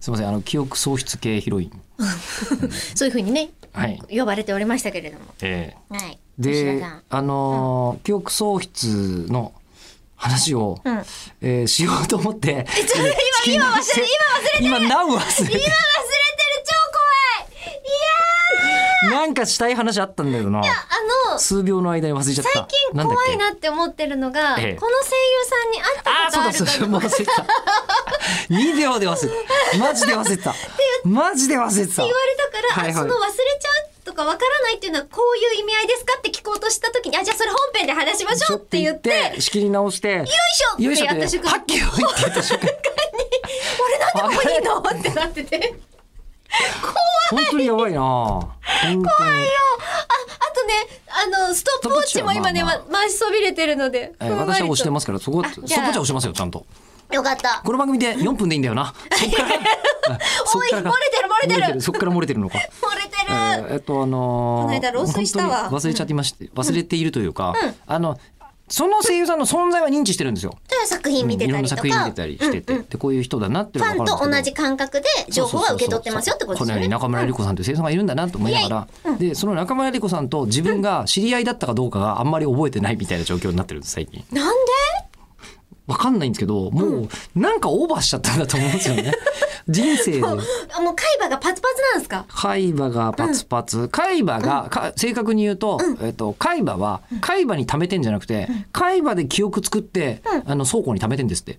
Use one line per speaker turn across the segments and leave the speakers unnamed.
すみませんあの記憶喪失系ヒロイン
そういうふうにね、
はい
呼ばれておりましたけれども。
え
はい。
え
吉
で
田さん
あのー記憶喪失の話を、
うん。今
えーしようと思 って
今今忘れ
今今なお忘れて
忘れてる超怖い。い
なんかしたい話あったんだよな
やあの
数秒の間に忘れちゃった
最近
んだっ
怖
け
いなって思ってるのが、
ええ
この声優さんに会
ああ
った
そうだ
ことある
そうだ
か
もう忘れてた2秒で忘れたマジで忘れてたマジで忘れてた
言われたから、
はいはい
あその忘れちゃうとかわからないっていうのはこういう意味合いですかって聞こうとした時にあじゃあそれ本編で話しましょうって言ってよい
仕切り直して
しょってやった
って
瞬
は
間
っきり言ってやった瞬間
俺なんでここにいるのってなってて
本当にやばいな本当に
あとねあのストップウォッチも今ね、
ストップウォッチはまあ
わ回しそびれてるので、
えー私は押して
ま
ますからそこそこ
じ
じ
ゃ
ゃ
あ
押してますよちゃんと
よかった
この番組で4分でいいんだよ なそっからそっからか
おい漏れてる漏れてる
そっから漏れてるのか
漏れて
え
る、
ーえっとあのー
この間漏水した
本
わ
当に忘れちゃってまして、忘れているというか、あのその声優さんの存在は認知してるんですよ。
という作品見て
いろ
た
んな
りとか
作品見てたりしてて、でこういう人だなっていう
フ
のが
ァ
分
ン
かる
と
んで
同
すけ
じ感覚で
ど
情報は受け取ってますよってこと
そうそうそうそ
ですよ
うこのよう
ね
に。中村江里子さんという声優さんがいるんだなと思いながら、でその中村江里子さんと自分が知り合いだったかどうかがあんまり覚えてないみたいな状況になってるんです最近。
なんで
わかんないんですけど、もうなんかオーバーしちゃったんだと思うんですよ ね。人生で
あもう海馬がパツパツなんですか
海馬がパツパツ、海馬が、か正確に言うと、えっと海馬は海馬に溜めてんじゃなくて、海馬で記憶作って、あの倉庫に溜めてんですって。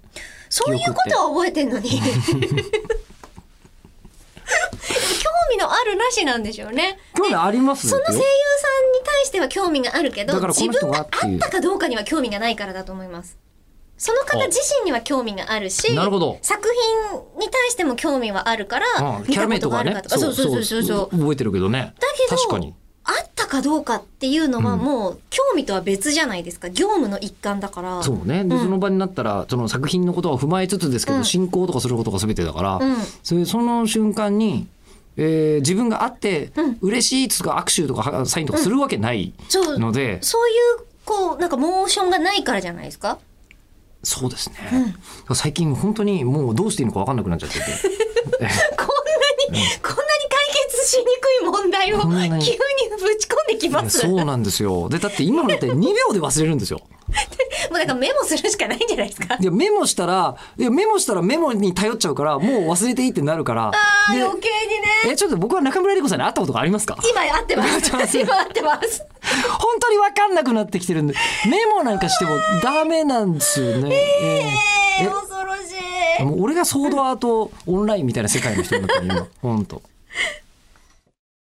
そういうことは覚えてんのに でも興味のあるなしなんでしょうね
興味あります
その声優さんに
よ
対しては興味があるけど
だからこ
自
の人
分
が
が
って
あ
い
っ
う
たかどうかには興味がないからだと思いますその方
あ
自身には興味があるし
なるほど
作品に対しても興味はあるから、
うん
見
キャ
た
ラメ
こ
イ
と
ト
があ
がね
るかとか、そうそうそうそうそう
覚えてるけどね
だけど
確かに
あったかどうかっていうのはもう興味とは別じゃないですか業務の一環だから
そうねで、
うん
その場になったらその作品のことは踏まえつつですけど、
うん
進行とかすることが全てだから、
うん
それその瞬間に、えー自分が会って
うん
嬉しいとか握手とかはサインとかするわけない
そう
ので、
そういうこうなんかモーションがないからじゃないですか
そうですね、最近本当にもうどうしていいのか分かんなくなっ ちゃってて
こんなに、こんなに解決しにくい問題を
こんなに
急にぶち込んでき
い
ま
や
す。
そ
もう
うなんですよでだって今のって2秒で忘れるんですよ
なんかメモするしかないんじゃないですか。
いやメモしたらいやメモしたらメモに頼っちゃうからもう忘れていいってなるから
あー
で
余計にね。
えちょっと僕は中村江里子さんに会ったことがありますか
今合ってま
ちょっと
す。
待って
今合ってます。
本当に分かんなくなってきてるんでメモなんかしてもダメなんですよね。
え
え
ー、恐ろしい。
えもう俺がソードアートオンラインみたいな世界の人になったら今本当。